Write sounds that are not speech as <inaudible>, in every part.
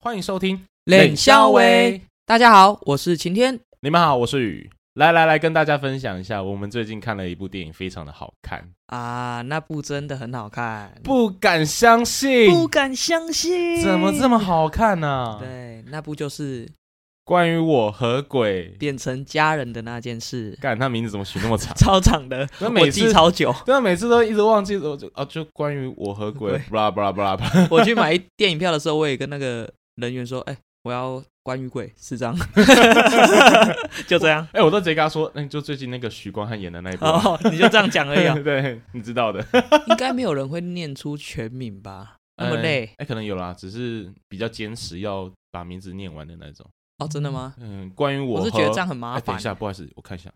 欢迎收听，冷笑威，大家好，我是晴天。你们好，我是雨。来来来，跟大家分享一下，我们最近看了一部电影，非常的好看，啊，那部真的很好看，不敢相信，不敢相信，怎么这么好看呢、对，那部就是关于我和鬼，变成家人的那件事，？干他名字怎么取那么长超长的，那我每记次超久。 <laughs> 对啊，每次都一直忘记，我就啊，就关于我和鬼对，布拉布拉布拉布拉，我去买电影票的时候，我也跟那个人员说，哎、我要关于鬼四 <laughs> 张， <laughs> 就这样。 <laughs> 哎、我都直接跟他说，那、就最近那个许光汉演的那一部啊，哦，你就这样讲而哎已、啊， <laughs> 对，你知道的，应该没有人会念出全名吧？那么累哎、、可能有啦，只是比较坚持要把名字念完的那种。哦，真的吗？嗯，关于我我是和觉得这样很麻哎，等烦一。下，不好意思，我看一下，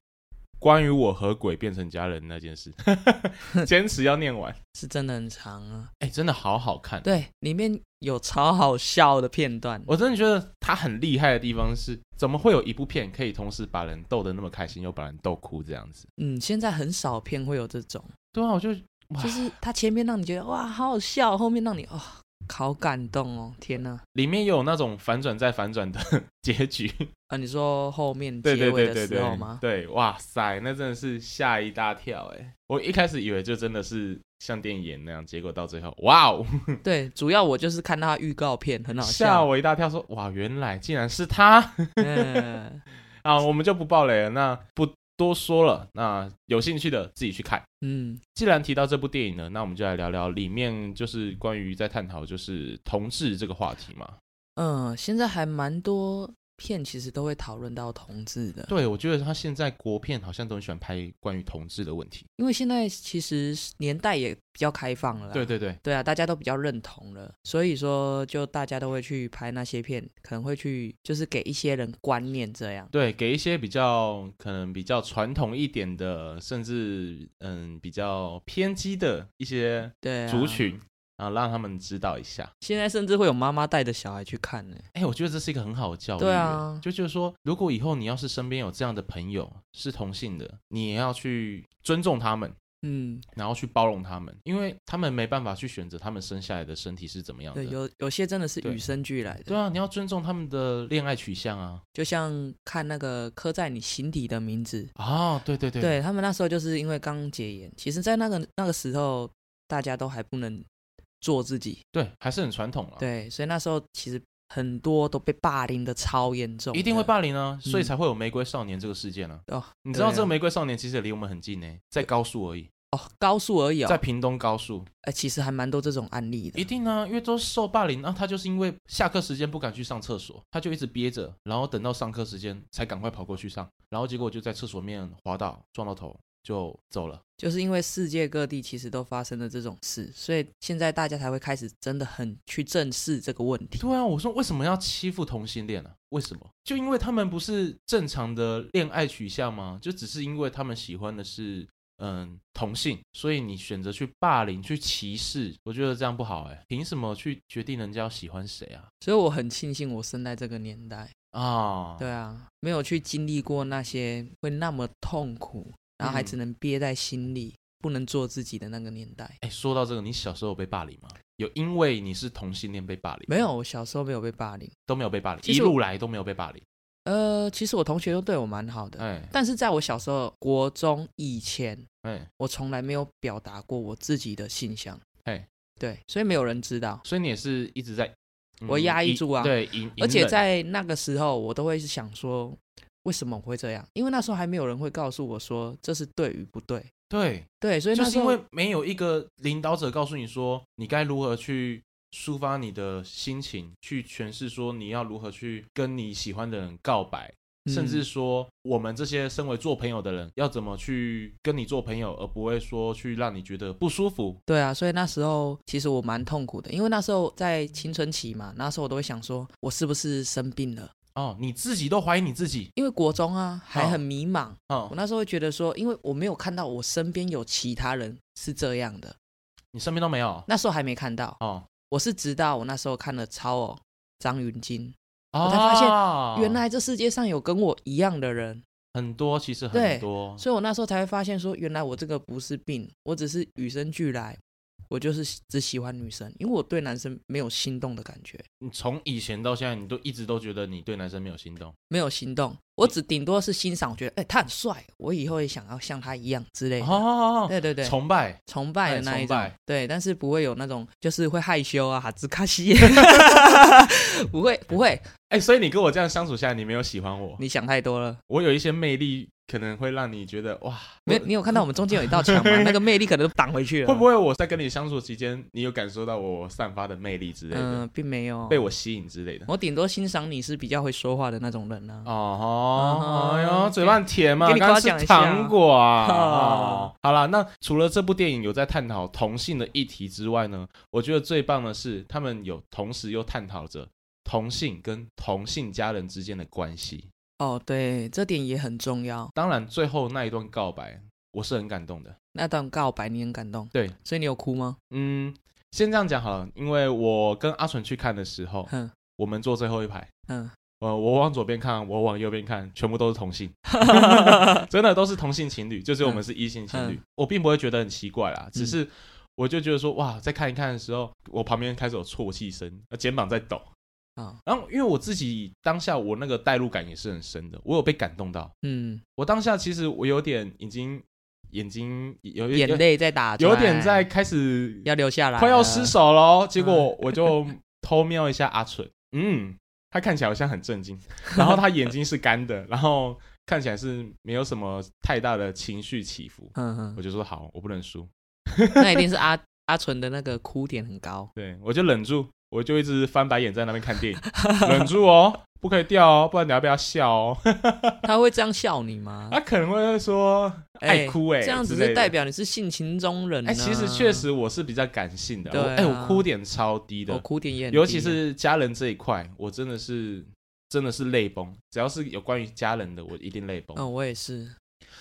关于我和鬼变成家人那件事， <laughs> 坚持要念完。是真的很长啊。 <laughs> 哎、真的好好看，对，里面有超好笑的片段，我真的觉得他很厉害的地方是，怎么会有一部片可以同时把人逗得那么开心，又把人逗哭这样子？嗯，现在很少片会有这种，对啊，我就哇就是它前面让你觉得哇好好笑，后面让你哦好感动哦，天哪！里面有那种反转再反转的 <laughs> 结局，啊，你说后面对对结尾对的对时候对吗，？对，哇塞，那真的是吓一大跳哎！我一开始以为就真的是像电影那样，结果到最后，哇哦，对，主要我就是看到预告片很好吓笑，我一大跳说，哇，原来竟然是他嗯啊！我们就不爆雷了，那不多说了，那有兴趣的自己去看。嗯，既然提到这部电影呢，那我们就来聊聊里面就是关于在探讨就是同志这个话题嘛。嗯，现在还蛮多片其实都会讨论到同志的，对，我觉得他现在国片好像都很喜欢拍关于同志的问题。因为现在其实年代也比较开放了啦，对对对，对啊，大家都比较认同了，所以说就大家都会去拍那些片，可能会去就是给一些人观念这样。对，给一些比较可能比较传统一点的，甚至嗯比较偏激的一些对、啊，族群啊，让他们知道一下。现在甚至会有妈妈带着小孩去看呢、哎、我觉得这是一个很好的教育。对啊就就是说，如果以后你要是身边有这样的朋友是同性的，你也要去尊重他们。嗯，然后去包容他们，因为他们没办法去选择他们生下来的身体是怎么样的。对，有有些真的是对与生俱来对的，啊，你要尊重他们的恋爱取向啊。就像看那个刻在你心底的名字，哦，对对对，对他们那时候就是因为刚解严，其实，在那个那个时候，大家都还不能做自己，对还是很传统了。，对，所以那时候其实很多都被霸凌的超严重的，一定会霸凌啊，所以嗯才会有玫瑰少年这个事件啊。哦你知道对啊这个玫瑰少年其实也离我们很近呢，在高速而已，哦，高速而已哦，在屏东高速，哎、其实还蛮多这种案例的。一定啊，因为都受霸凌，那、他就是因为下课时间不敢去上厕所，他就一直憋着，然后等到上课时间才赶快跑过去上，然后结果就在厕所面滑倒，撞到头就走了。就是因为世界各地其实都发生了这种事，所以现在大家才会开始真的很去正视这个问题。对啊，我说为什么要欺负同性恋呢、啊为什么？就因为他们不是正常的恋爱取向吗？就只是因为他们喜欢的是嗯同性，所以你选择去霸凌、去歧视，我觉得这样不好哎、凭什么去决定人家要喜欢谁啊？所以我很庆幸我生在这个年代，啊，对啊，没有去经历过那些会那么痛苦，然后还嗯只能憋在心里，不能做自己的那个年代。哎，说到这个，你小时候有被霸凌吗？有因为你是同性恋被霸凌？没有，，我小时候没有被霸凌，都没有被霸凌，其一实我路来都没有被霸凌。呃，其实我同学都对我蛮好的，哎但是在我小时候国中以前，哎，我从来没有表达过我自己的性向，哎，对，所以没有人知道。所以你也是一直在，嗯我压抑住啊对，隐，而且隐忍在那个时候，我都会是想说，为什么我会这样？因为那时候还没有人会告诉我说这是对与不对。对对，所以就那是时候因为没有一个领导者告诉你说你该如何去抒发你的心情，去诠释说你要如何去跟你喜欢的人告白，甚至嗯说我们这些身为做朋友的人要怎么去跟你做朋友，而不会说去让你觉得不舒服。对啊，所以那时候其实我蛮痛苦的，因为那时候在青春期嘛，那时候我都会想说，我是不是生病了？哦，你自己都怀疑你自己因为国中啊还很迷茫，哦我，那时候会觉得说，因为我没有看到我身边有其他人是这样的，你身边都没有那时候还没看到，哦。我是直到我那时候看了超偶张云京，我才发现现原来这世界上有跟我一样的人。哦很多其实对很多，所以我那时候才会发现说，原来我这个不是病，我只是与生俱来，我就是喜只喜欢女生，因为我对男生没有心动的感觉，你从以前到现在，你都一直都觉得你对男生没有心动没有心动，我只顶多是欣赏，我觉得哎、他很帅，我以后也想要像他一样之类的。哦，对对对，崇拜，崇拜的那一哎崇种拜，对，但是不会有那种就是会害羞啊，哈兹卡西耶， <laughs> 不会不会，哎，所以你跟我这样相处下来，你没有喜欢我，你想太多了。我有一些魅力，可能会让你觉得哇，没有，你有看到我们中间有一道墙吗？那个魅力可能都挡回去了。会不？会我在跟你相处期间，你有感受到我散发的魅力之类嗯、的，并没有。被我吸引之类的？我顶多欣赏你是比较会说话的那种人呢、啊。哦，哎嗯呦，哼嘴巴很甜嘛，给你刚刚夸奖吃一下糖果 <laughs> 啊。哦哦好啦，那除了这部电影有在探讨同性的议题之外呢，我觉得最棒的是他们有同时又探讨着同性跟同性家人之间的关系。哦，对，这点也很重要。当然，最后那一段告白，我是很感动的。那段告白你很感动，对，所以你有哭吗？嗯，先这样讲好了，因为我跟阿纯去看的时候，哼我们坐最后一排。嗯，呃，我往左边看，我往右边看，全部都是同 <laughs> 性，真的都是同性情侣，就是我们是异性情侣。嗯我并不会觉得很奇怪啦，只是我就觉得说，哇，在看一看的时候，我旁边开始有啜泣声，呃肩膀在抖。啊，然后因为我自己当下我那个代入感也是很深的，我有被感动到。嗯，我当下其实我有点已经眼睛有有眼泪在打转，有点在开始要流下来，快要失。手嗯喽，结果我就偷瞄一下阿纯，嗯，他看起来好像很震惊， <laughs> 然后他眼睛是干的，然后看起来是没有什么太大的情绪起伏，嗯哼，我就说好，我不能输，那一定是阿阿纯的那个哭点很高。对我就忍住，我就一直翻白眼在那边看电影， <laughs> 忍住哦，不可以掉哦，不然你要被他笑哦，他会这样笑你吗？他可能会说爱哎哭哎、这样子之类是的代。表你是性情中人、啊。哎、其实确，实我是比较感性的，对我啊哎、我哭点超低的，我哭点也很低，啊尤其是家人这一块，我真的是真的是泪崩。只要是有关于家人的，我一定泪崩。嗯，我也是，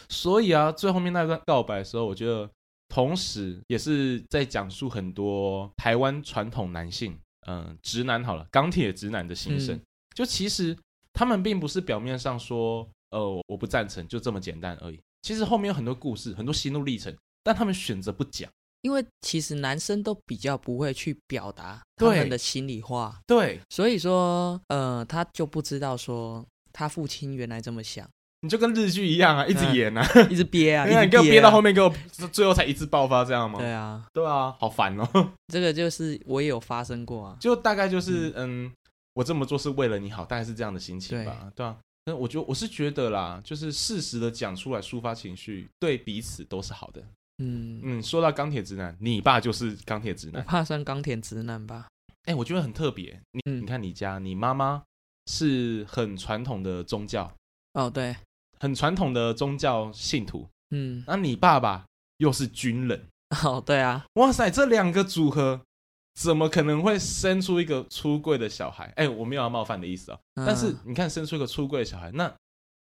所以啊，最后面那段告白的时候，我觉得同时也是在讲述很多台湾传统男性，嗯、直男好了，钢铁直男的心声。嗯就其实他们并不是表面上说，呃，我不赞成，就这么简单而已。其实后面有很多故事，很多心路历程，但他们选择不讲。因为其实男生都比较不会去表达他对们的心里话，对，所以说，呃，他就不知道说他父亲原来这么想，你就跟日剧一样啊，一直嗯演啊，一直憋啊，一 <laughs> 因为直你给我啊憋到后。面，给我最后才一次爆发，这样吗？对啊，对啊，好烦哦。 <laughs> 这个就是我也有发生过啊。就大概就是嗯我这么做是为了你好，大概是这样的心情吧。对啊，那我觉得我是觉得啦，就是适时的讲出来抒发情绪，对彼此都是好的。嗯，嗯，说到钢铁直男，你爸就是钢铁直我男。怕算钢铁直男吧。哎、我觉得很特别。你、嗯你看你家，你妈妈是很传统的宗教，哦，对，很传统的宗教信徒，嗯，那你爸爸又是军人。哦，对啊，哇塞，这两个组合怎么可能会生出一个出柜的小孩？哎、我没有要冒犯的意思啊、嗯但是你看，生出一个出柜的小孩，那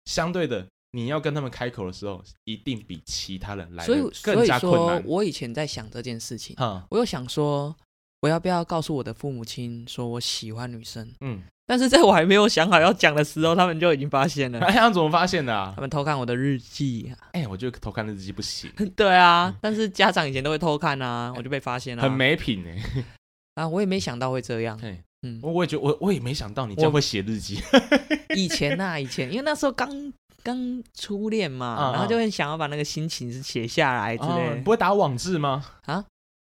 相对的，你要跟他们开口的时候，一定比其他人来所的以所更以加困说难。我以前在想这件事情，哈，我又想说，我要不要告诉我的父母亲说我喜欢女生？嗯，但是在我还没有想好要讲的时候，他们就已经发 <laughs> 现了，哎，他怎么发现的啊他？们偷看我的日记、啊哎、我觉得偷看日记不行， <laughs> 对啊，但是家长以前都会偷看啊，我就被发现了、嗯很没品哎、啊，我也没想到会这样。嘿嗯，我我也觉得，我我也没想到你这样会写日记。 <laughs> <laughs> 以前呐、以前因为那时候刚刚初恋嘛，嗯嗯然后就很想要把那个心情是写下来哎之哦类你的。不会打网志吗？啊？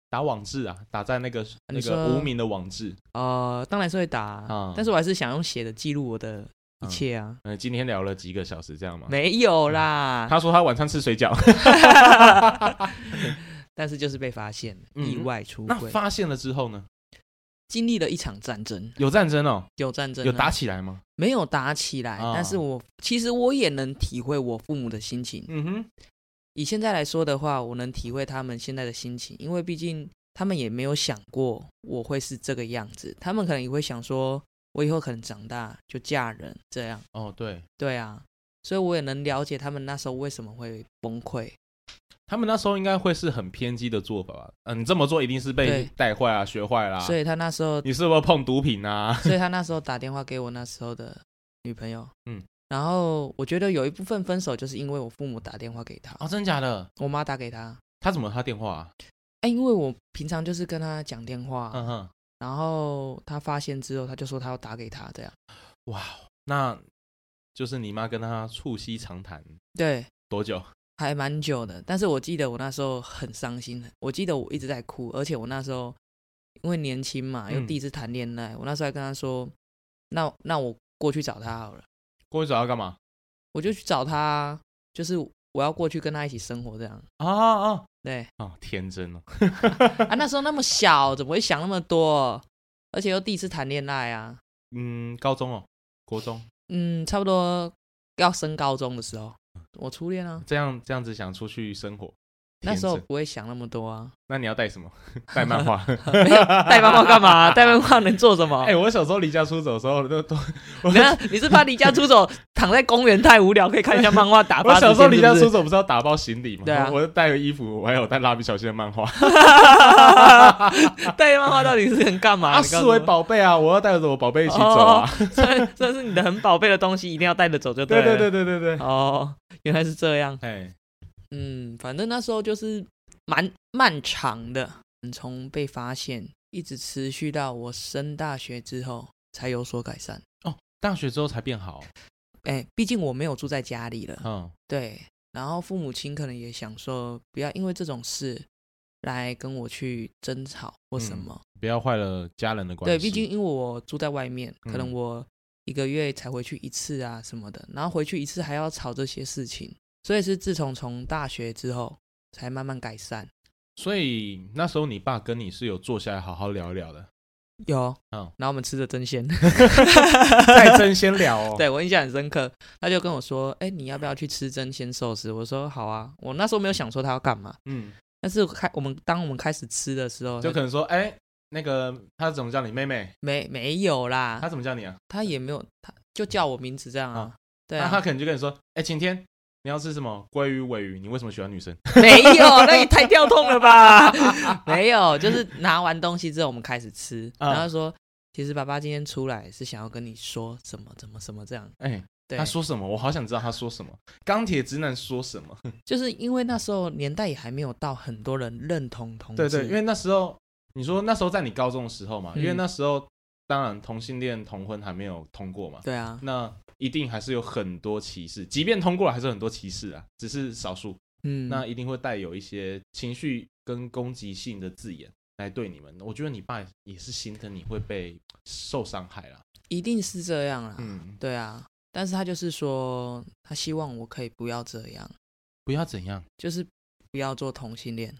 打网志啊，打在那个那你说个无名的网志。哦呃，当然是会打、嗯但是我还是想用写的记录我的一切啊。嗯、今天聊了几个小时，这样吗？没有啦，他说他晚上吃水饺，但是就是被发现，嗯意外出那轨，发现了之后呢？经历了一场战争，有战争哦，有战争啊、有打起来吗？没有打起来，啊但是我其实我也能体会我父母的心情。嗯哼，以现在来说的话，我能体会他们现在的心情，因为毕竟他们也没有想过我会是这个样子，他们可能也会想说，我以后可能长大就嫁人这样，哦，对，对啊，所以我也能了解他们那时候为什么会崩溃，他们那时候应该会是很偏激的做法吧？嗯、你这么做一定是被对带坏啊，学坏啦、所以他那时候，你是不是碰毒品啊？所以他那时候打电话给我那时候的女朋友，嗯，然后我觉得有一部分分手就是因为我父母打电话给他，哦，真假的？我妈打给他，他怎么有他电话、啊？哎，因为我平常就是跟他讲电话，嗯哼，然后他发现之后，他就说他要打给他这样。哇，那就是你妈跟他促膝长谈对，多久？还蛮久的，但是我记得我那时候很伤心，我记得我一直在哭，而且我那时候因为年轻嘛，嗯又第一次谈恋爱，我那时候还跟他说，那那我过去找他好了，过去找他干嘛？我就去找他，就是我要过去跟他一起生活这样。啊啊啊！对哦，天真哦，啊，那时候那么小，怎么会想那么多？而且又第一次谈恋爱啊，嗯，高中哦，国中嗯，差不多要升高中的时候，我初恋啊，这样这样子想出去生活，那天时候真不会想那么多啊，那你要带什么？ <laughs> 带漫画。没有带漫画干嘛？带漫画能做什么？哎、我小时候离家出走的时候，都 <laughs> 都我你看，你是怕离家出走，躺在公园太无聊，可以看一下漫画打发我时间。小时候离家是出不是走不是要打包行李吗？对啊我就带个衣服，我还有带蜡笔小新的漫画带漫画到底是能干嘛？啊，你告视诉我为宝贝啊，我要带着我宝贝一起走啊。哦 <laughs> 这这是你的很宝贝的东西，一定要带着走就对了。对对对对对，哦，原来是这样。哎，嗯，反正那时候就是蛮漫长的，嗯从被发现一直持续到我升大学之后才有所改善。大学之后才变好，哎，毕竟我没有住在家里了，嗯，对，然后父母亲可能也想说，不要因为这种事来跟我去争吵或嗯什么。不要坏了家人的关对，系。毕竟因为我住在外面，可能嗯我一个月才回去一次啊什么的，然后回去一次还要吵这些事情，所以是自从从大学之后才慢慢改善。所以那时候你爸跟你是有坐下来好好聊一 <laughs> 聊的，有，嗯然后我们吃着针线，哦太真先聊 <laughs> 哦。 <laughs> 对我印象很深刻。他就跟我说：“哎、你要不要去吃真鲜寿司？”我说：“好啊。”我那时候没有想说他要干嘛，嗯，但是开我们当我们开始吃的时候，就他可能说，哎、那个他怎么叫你妹妹？没没有啦，他怎么叫你啊？他也没有，他就叫我名字这样啊。啊对那啊他，可能就跟你说，哎、晴天，你要吃什么？鲑鱼、尾鱼？你为什么喜欢女生？ <laughs> 没有，那也太跳痛了吧？ <laughs> 没有，就是拿完东西之后，我们开始吃，啊然后说，其实爸爸今天出来是想要跟你说什么怎么什么这样。哎、对，他说什么？我好想知道他说什么。钢铁直男说什么？就是因为那时候年代也还没有到很多人认同同对志，对，因为那时候你说那时候在你高中的时候嘛，嗯因为那时候当然同性恋同婚还没有通过嘛，对啊，那一定还是有很多歧视，即便通过了，还是有很多歧视啊，只是少数。嗯，那一定会带有一些情绪跟攻击性的字眼来对你们。我觉得你爸也是心疼你会被受伤害啦。一定是这样啦。嗯，对啊，但是他就是说，他希望我可以不要这样，不要怎样，就是不要做同 <laughs> 性恋。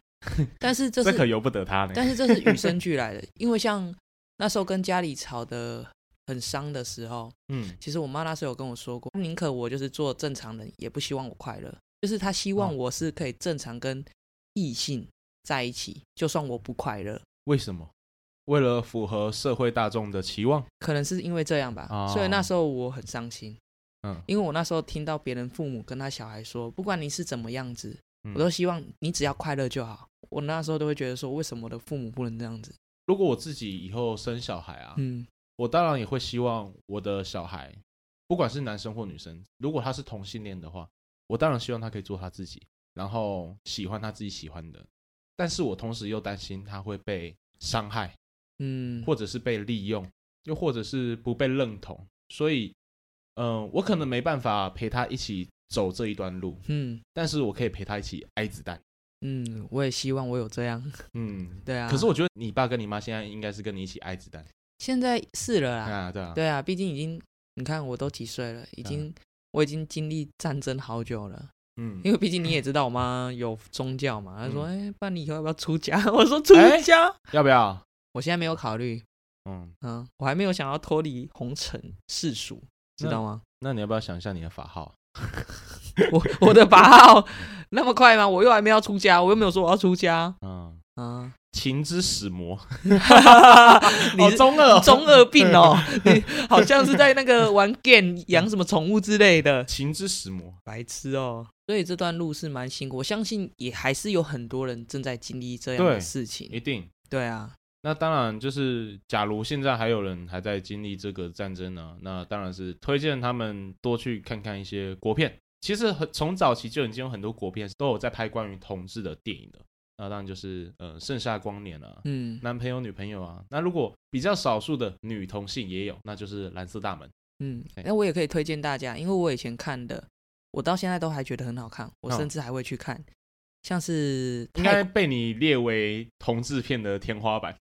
但是这这是可由不得他呢。但是这是与生俱来的，因为像那时候跟家里吵得很伤的时候，嗯，其实我妈那时候有跟我说过，宁可我就是做正常人，也不希望我快乐。就是她希望哦我是可以正常跟异性在一起，就算我不快乐，为什么？为了符合社会大众的期望，可能是因为这样吧。哦所以那时候我很伤心，嗯因为我那时候听到别人父母跟他小孩说，不管你是怎么样子，嗯我都希望你只要快乐就好。我那时候都会觉得说，为什么我的父母不能这样子？如果我自己以后生小孩啊，嗯，我当然也会希望我的小孩，不管是男生或女生，如果他是同性恋的话，我当然希望他可以做他自己，然后喜欢他自己喜欢的。但是我同时又担心他会被伤害，嗯，或者是被利用，又或者是不被认同，所以，嗯、我可能没办法陪他一起走这一段路，嗯但是我可以陪他一起挨子弹。嗯，我也希望我有这样。 <laughs> 嗯，对啊，可是我觉得你爸跟你妈现在应该是跟你一起挨子弹现在是了啦。啊，对啊，对啊，毕竟已经，你看我都几岁了，已经、我已经经历战争好久了。嗯，因为毕竟你也知道，我妈有宗教嘛，她说：“哎、爸，你以后要不要出家？” <laughs> 我说：“出哎家， <laughs> 要不要？我现在没有考虑，嗯，嗯，我还没有想要脱离红尘世俗，知那道吗？那你要不要想一下你的法号？我我的法号那么快吗？我又还没有出家，我又没有说我要出家嗯， <laughs> 啊。情之使魔， <laughs> 你好是中二、哦， <laughs> 中二病哦， <laughs> 你好像是在那个玩 game 养什么宠物之类的。情之使魔。白痴哦。所以这段路是蛮辛苦，我相信也还是有很多人正在经历这样的对事情。一定，对啊，那当然就是，假如现在还有人还在经历这个战争呢、那当然是推荐他们多去看看一些国片。其实很从早期就已经有很多国片都有在拍关于同志的电影的。那当然就是呃，盛夏光年啊，嗯男朋友女朋友啊。那如果比较少数的女同性也有，那就是蓝色大门。嗯，哎那我也可以推荐大家，因为我以前看的，我到现在都还觉得很好看，我嗯甚至还会去看，像是应该泰被你列为同志片的天花板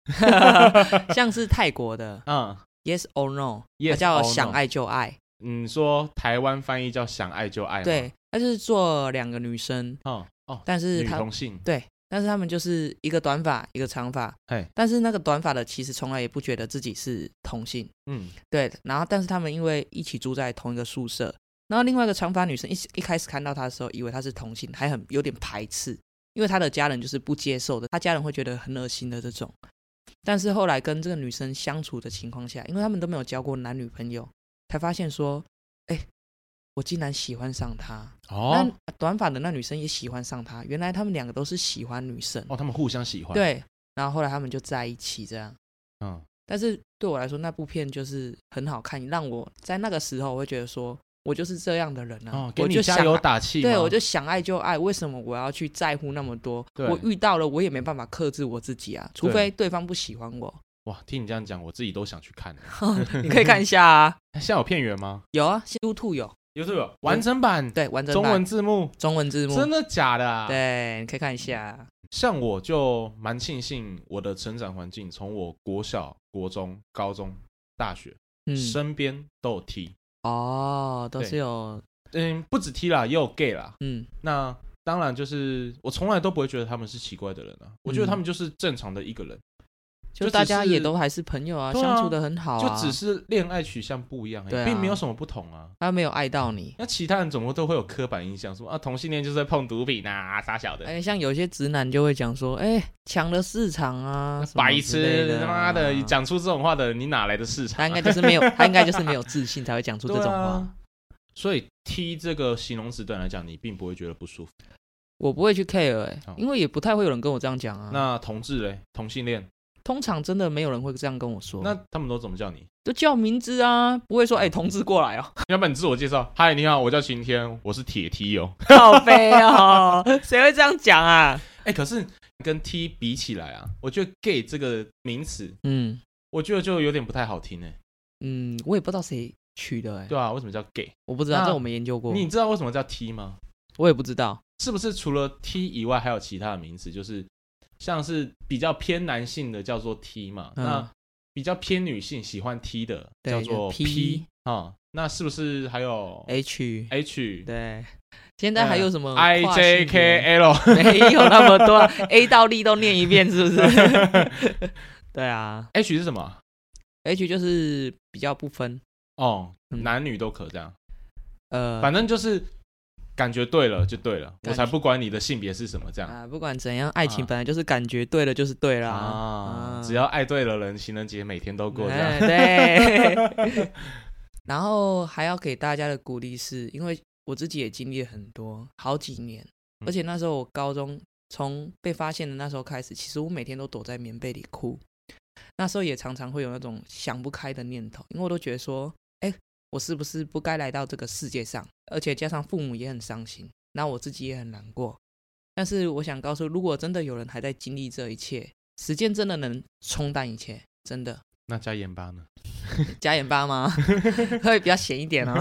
像是泰 <laughs> 国的啊。 Yes or No，它 Yes or 叫 No 想爱就爱，你说台湾翻译叫“想爱就爱”吗？对，它就是做两个女生，哦，哦但是女她同性，对，但是她们就是一个短发一个长发，嘿，但是那个短发的其实从来也不觉得自己是同性，嗯，对，然后但是他们因为一起住在同一个宿舍，然后另外一个长发女生一一开始看到她的时候，以为她是同性，还很有点排斥，因为她的家人就是不接受的，她家人会觉得很恶心的这种。但是后来跟这个女生相处的情况下，因为他们都没有交过男女朋友，才发现说，哎，我竟然喜欢上她。哦，那短发的那女生也喜欢上他，原来他们两个都是喜欢女生。哦，他们互相喜欢，，对，然后后来他们就在一起这样。嗯，但是对我来说，那部片就是很好看，让我在那个时候我会觉得说，我就是这样的人啊，哦，给我你就想加油爱打气吗，对，我就想爱就爱，为什么我要去在乎那么多？对我遇到了，我也没办法克制我自己啊，除对非对方不喜欢 <laughs> 我。哇，听你这样讲，我自己都想去看了。你可以看一下啊，现在有片源吗有啊，YouTube 有， ？YouTube 完整版，对，完整中版文字幕，中文字幕，真的假的啊？，对，你可以看一下。像我就蛮庆幸我的成长环境，从我国小、国中、高中、大学，嗯，身边都有 T，哦，都是对有，嗯，不止 T 啦，也有 gay 啦，嗯那当然就是我从来都不会觉得他们是奇怪的人啊，我觉得他嗯们就是正常的一个人，就就大只家也是都还是朋友啊，对相啊处的很好啊，就只是恋爱取向不一样、对欸，啊并没有什么不同啊。他没有爱到你。那其他人总共都会有刻板印象，说啊同性恋就是在碰毒品啊，傻小的，哎，像有些直男就会讲说，哎，抢了市场啊，什么白之类痴，的他啊妈的，你，讲出这种话的人，你哪来的市场他啊？应该就是没有，他应该就是没有自信才会讲出这 <laughs> 对种话。啊所以 “T” 这个形容词对你来讲，你并不会觉得不舒服。我不会去 care，哎好，因为也不太会有人跟我这样讲啊。哦那同志嘞，同性恋，通常真的没有人会这样跟我说，那他们都怎么叫你？ <laughs> 就叫名字啊，不会说哎，同志过来哦，要不然你自我介绍，嗨，你好，我叫晴天，我是铁 T 哦。好悲哦， <laughs> 谁会这样 <laughs> 讲啊？哎、可是跟 T 比起来啊，我觉得 gay 这个名词，嗯我觉得就有点不太好听哎、嗯，我也不知道谁取的，哎，对啊，为什么叫 gay？我不知道，那这我没研究过，你知道为什么叫 T 吗？我也不知道。是不是除了 T 以外，还有其他的名词？就是像是比较偏男性的叫做 T 嘛，嗯那比较偏女性喜欢 T 的对叫做就是 P 啊、那是不是还有 H， H？对，现在还有什么哎 I 跨性 J 别 K L， <laughs> 没有那么多啊 A 到 D 都念一遍，是不 <laughs> 是？对啊 H 是什么？ ，H 就是比较不分，哦，嗯男女都可这样，呃，反正就是感觉对了就对了，我感才觉不管你的性别是什么这样。啊，不管怎样，爱情啊本来就是感觉对了就是对啦。啊啊，只要爱对了人，情人节每天都过这哎样。 <laughs> 对。然后还要给大家的鼓励是，因为我自己也经历了很多，好几年，嗯而且那时候我高中从被发现的那时候开始，其实我每天都躲在棉被里哭。那时候也常常会有那种想不开的念头，因为我都觉得说，哎，我是不是不该来到这个世界上？而且加上父母也很伤心，那我自己也很难过。但是我想告诉，如果真的有人还在经历这一切，时间真的能冲淡一切，真的。那加盐巴呢？加盐巴吗？ <laughs> 会比较咸一点哦，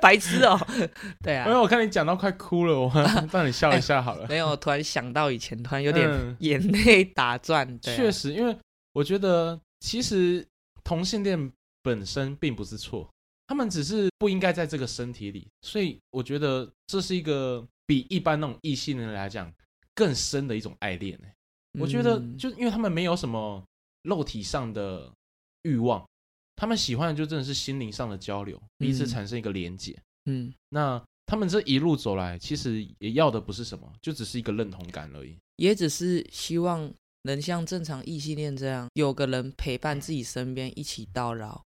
白痴哦。 <laughs> 对因为啊，哎我看你讲到快哭了，我 <laughs> 让你笑一下好了。没有，突然想到以前，突 <laughs> 然有点嗯眼泪打转。对啊确，实，因为我觉得其实同性恋本身并不是错，他们只是不应该在这个身体里，所以我觉得这是一个比一般那种异性人来讲更深的一种爱恋、欸。我觉得嗯就因为他们没有什么肉体上的欲望，他们喜欢的就真的是心灵上的交流，彼此嗯产生一个连接。嗯，那他们这一路走来，其实也要的不是什么，就只是一个认同感而已。也只是希望能像正常异性恋这样，有个人陪伴自己身边，一起到老，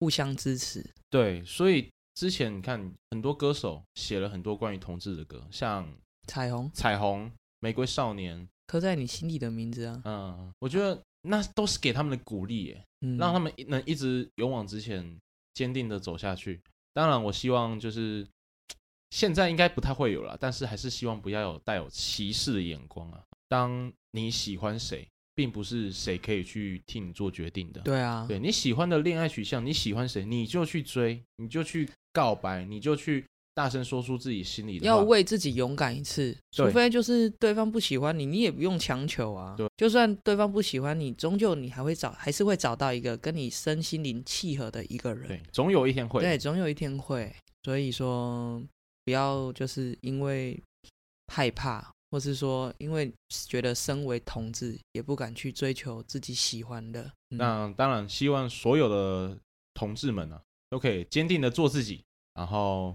互相支持。对，所以之前你看很多歌手写了很多关于同志的歌，像《彩虹彩虹》《玫瑰少年》。刻在你心底的名字啊，嗯，我觉得那都是给他们的鼓励耶，嗯让他们一能一直勇往直前，坚定的走下去。当然，我希望就是现在应该不太会有了，但是还是希望不要有带有歧视的眼光啊。当你喜欢谁，并不是谁可以去替你做决定的。对啊，对你喜欢的恋爱取向，你喜欢谁，你就去追，你就去告白，你就去大声说出自己心里的要话。为自己勇敢一次，除对非就是对方不喜欢你，你也不用强求啊。对，就算对方不喜欢你，终究你还会找，还是会找到一个跟你身心灵契合的一个人。对，总有一天会。对，总有一天会。所以说，不要就是因为害怕，或是说因为觉得身为同志也不敢去追求自己喜欢的。嗯那当然，希望所有的同志们啊，都可以坚定的做自己，然后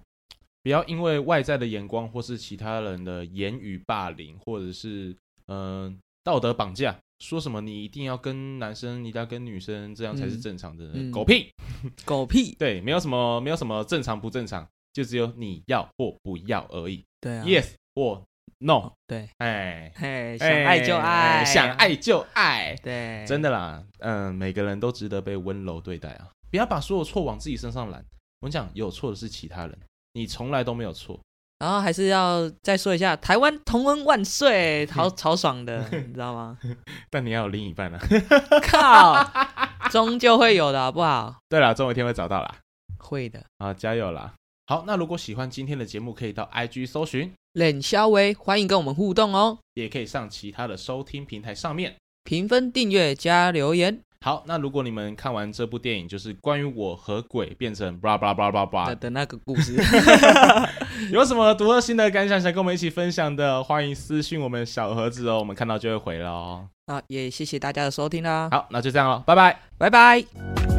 不要因为外在的眼光或是其他人的言语霸凌，或者是嗯、呃道德绑架，说什么你一定要跟男生，你一定要跟女生，这样才是嗯正常的，嗯狗屁！狗屁！对，没有什么没有什么正常不正常，就只有你要或不要而已、对啊 y e s 或 No，对，哎，嘿，想爱就哎爱，想爱就爱。对，真的啦，嗯，每个人都值得被温柔对待啊！不要把所有错往自己身上揽。我跟你讲，有错的是其他人，你从来都没有错。然后还是要再说一下，台湾同恩万岁，好 <laughs> 超爽的，你知道吗？但你要有另一半啊！靠，终究会有的，好不好？ <laughs> 对啦，总有一天会找到啦！会的。啊，加油啦！好，那如果喜欢今天的节目，可以到 IG 搜寻，冷肖威，欢迎跟我们互动哦，也可以上其他的收听平台上面。评分、订阅加留言。好，那如果你们看完这部电影，就是关于我和鬼变成 blah blah blah blah 的 blah，的那个故事，有什么独特新的感想想跟我们一起分享的，欢迎私信我们小盒子哦，我们看到就会回了哦。啊，也谢谢大家的收听啦，好，那就这样喽，拜拜。拜拜。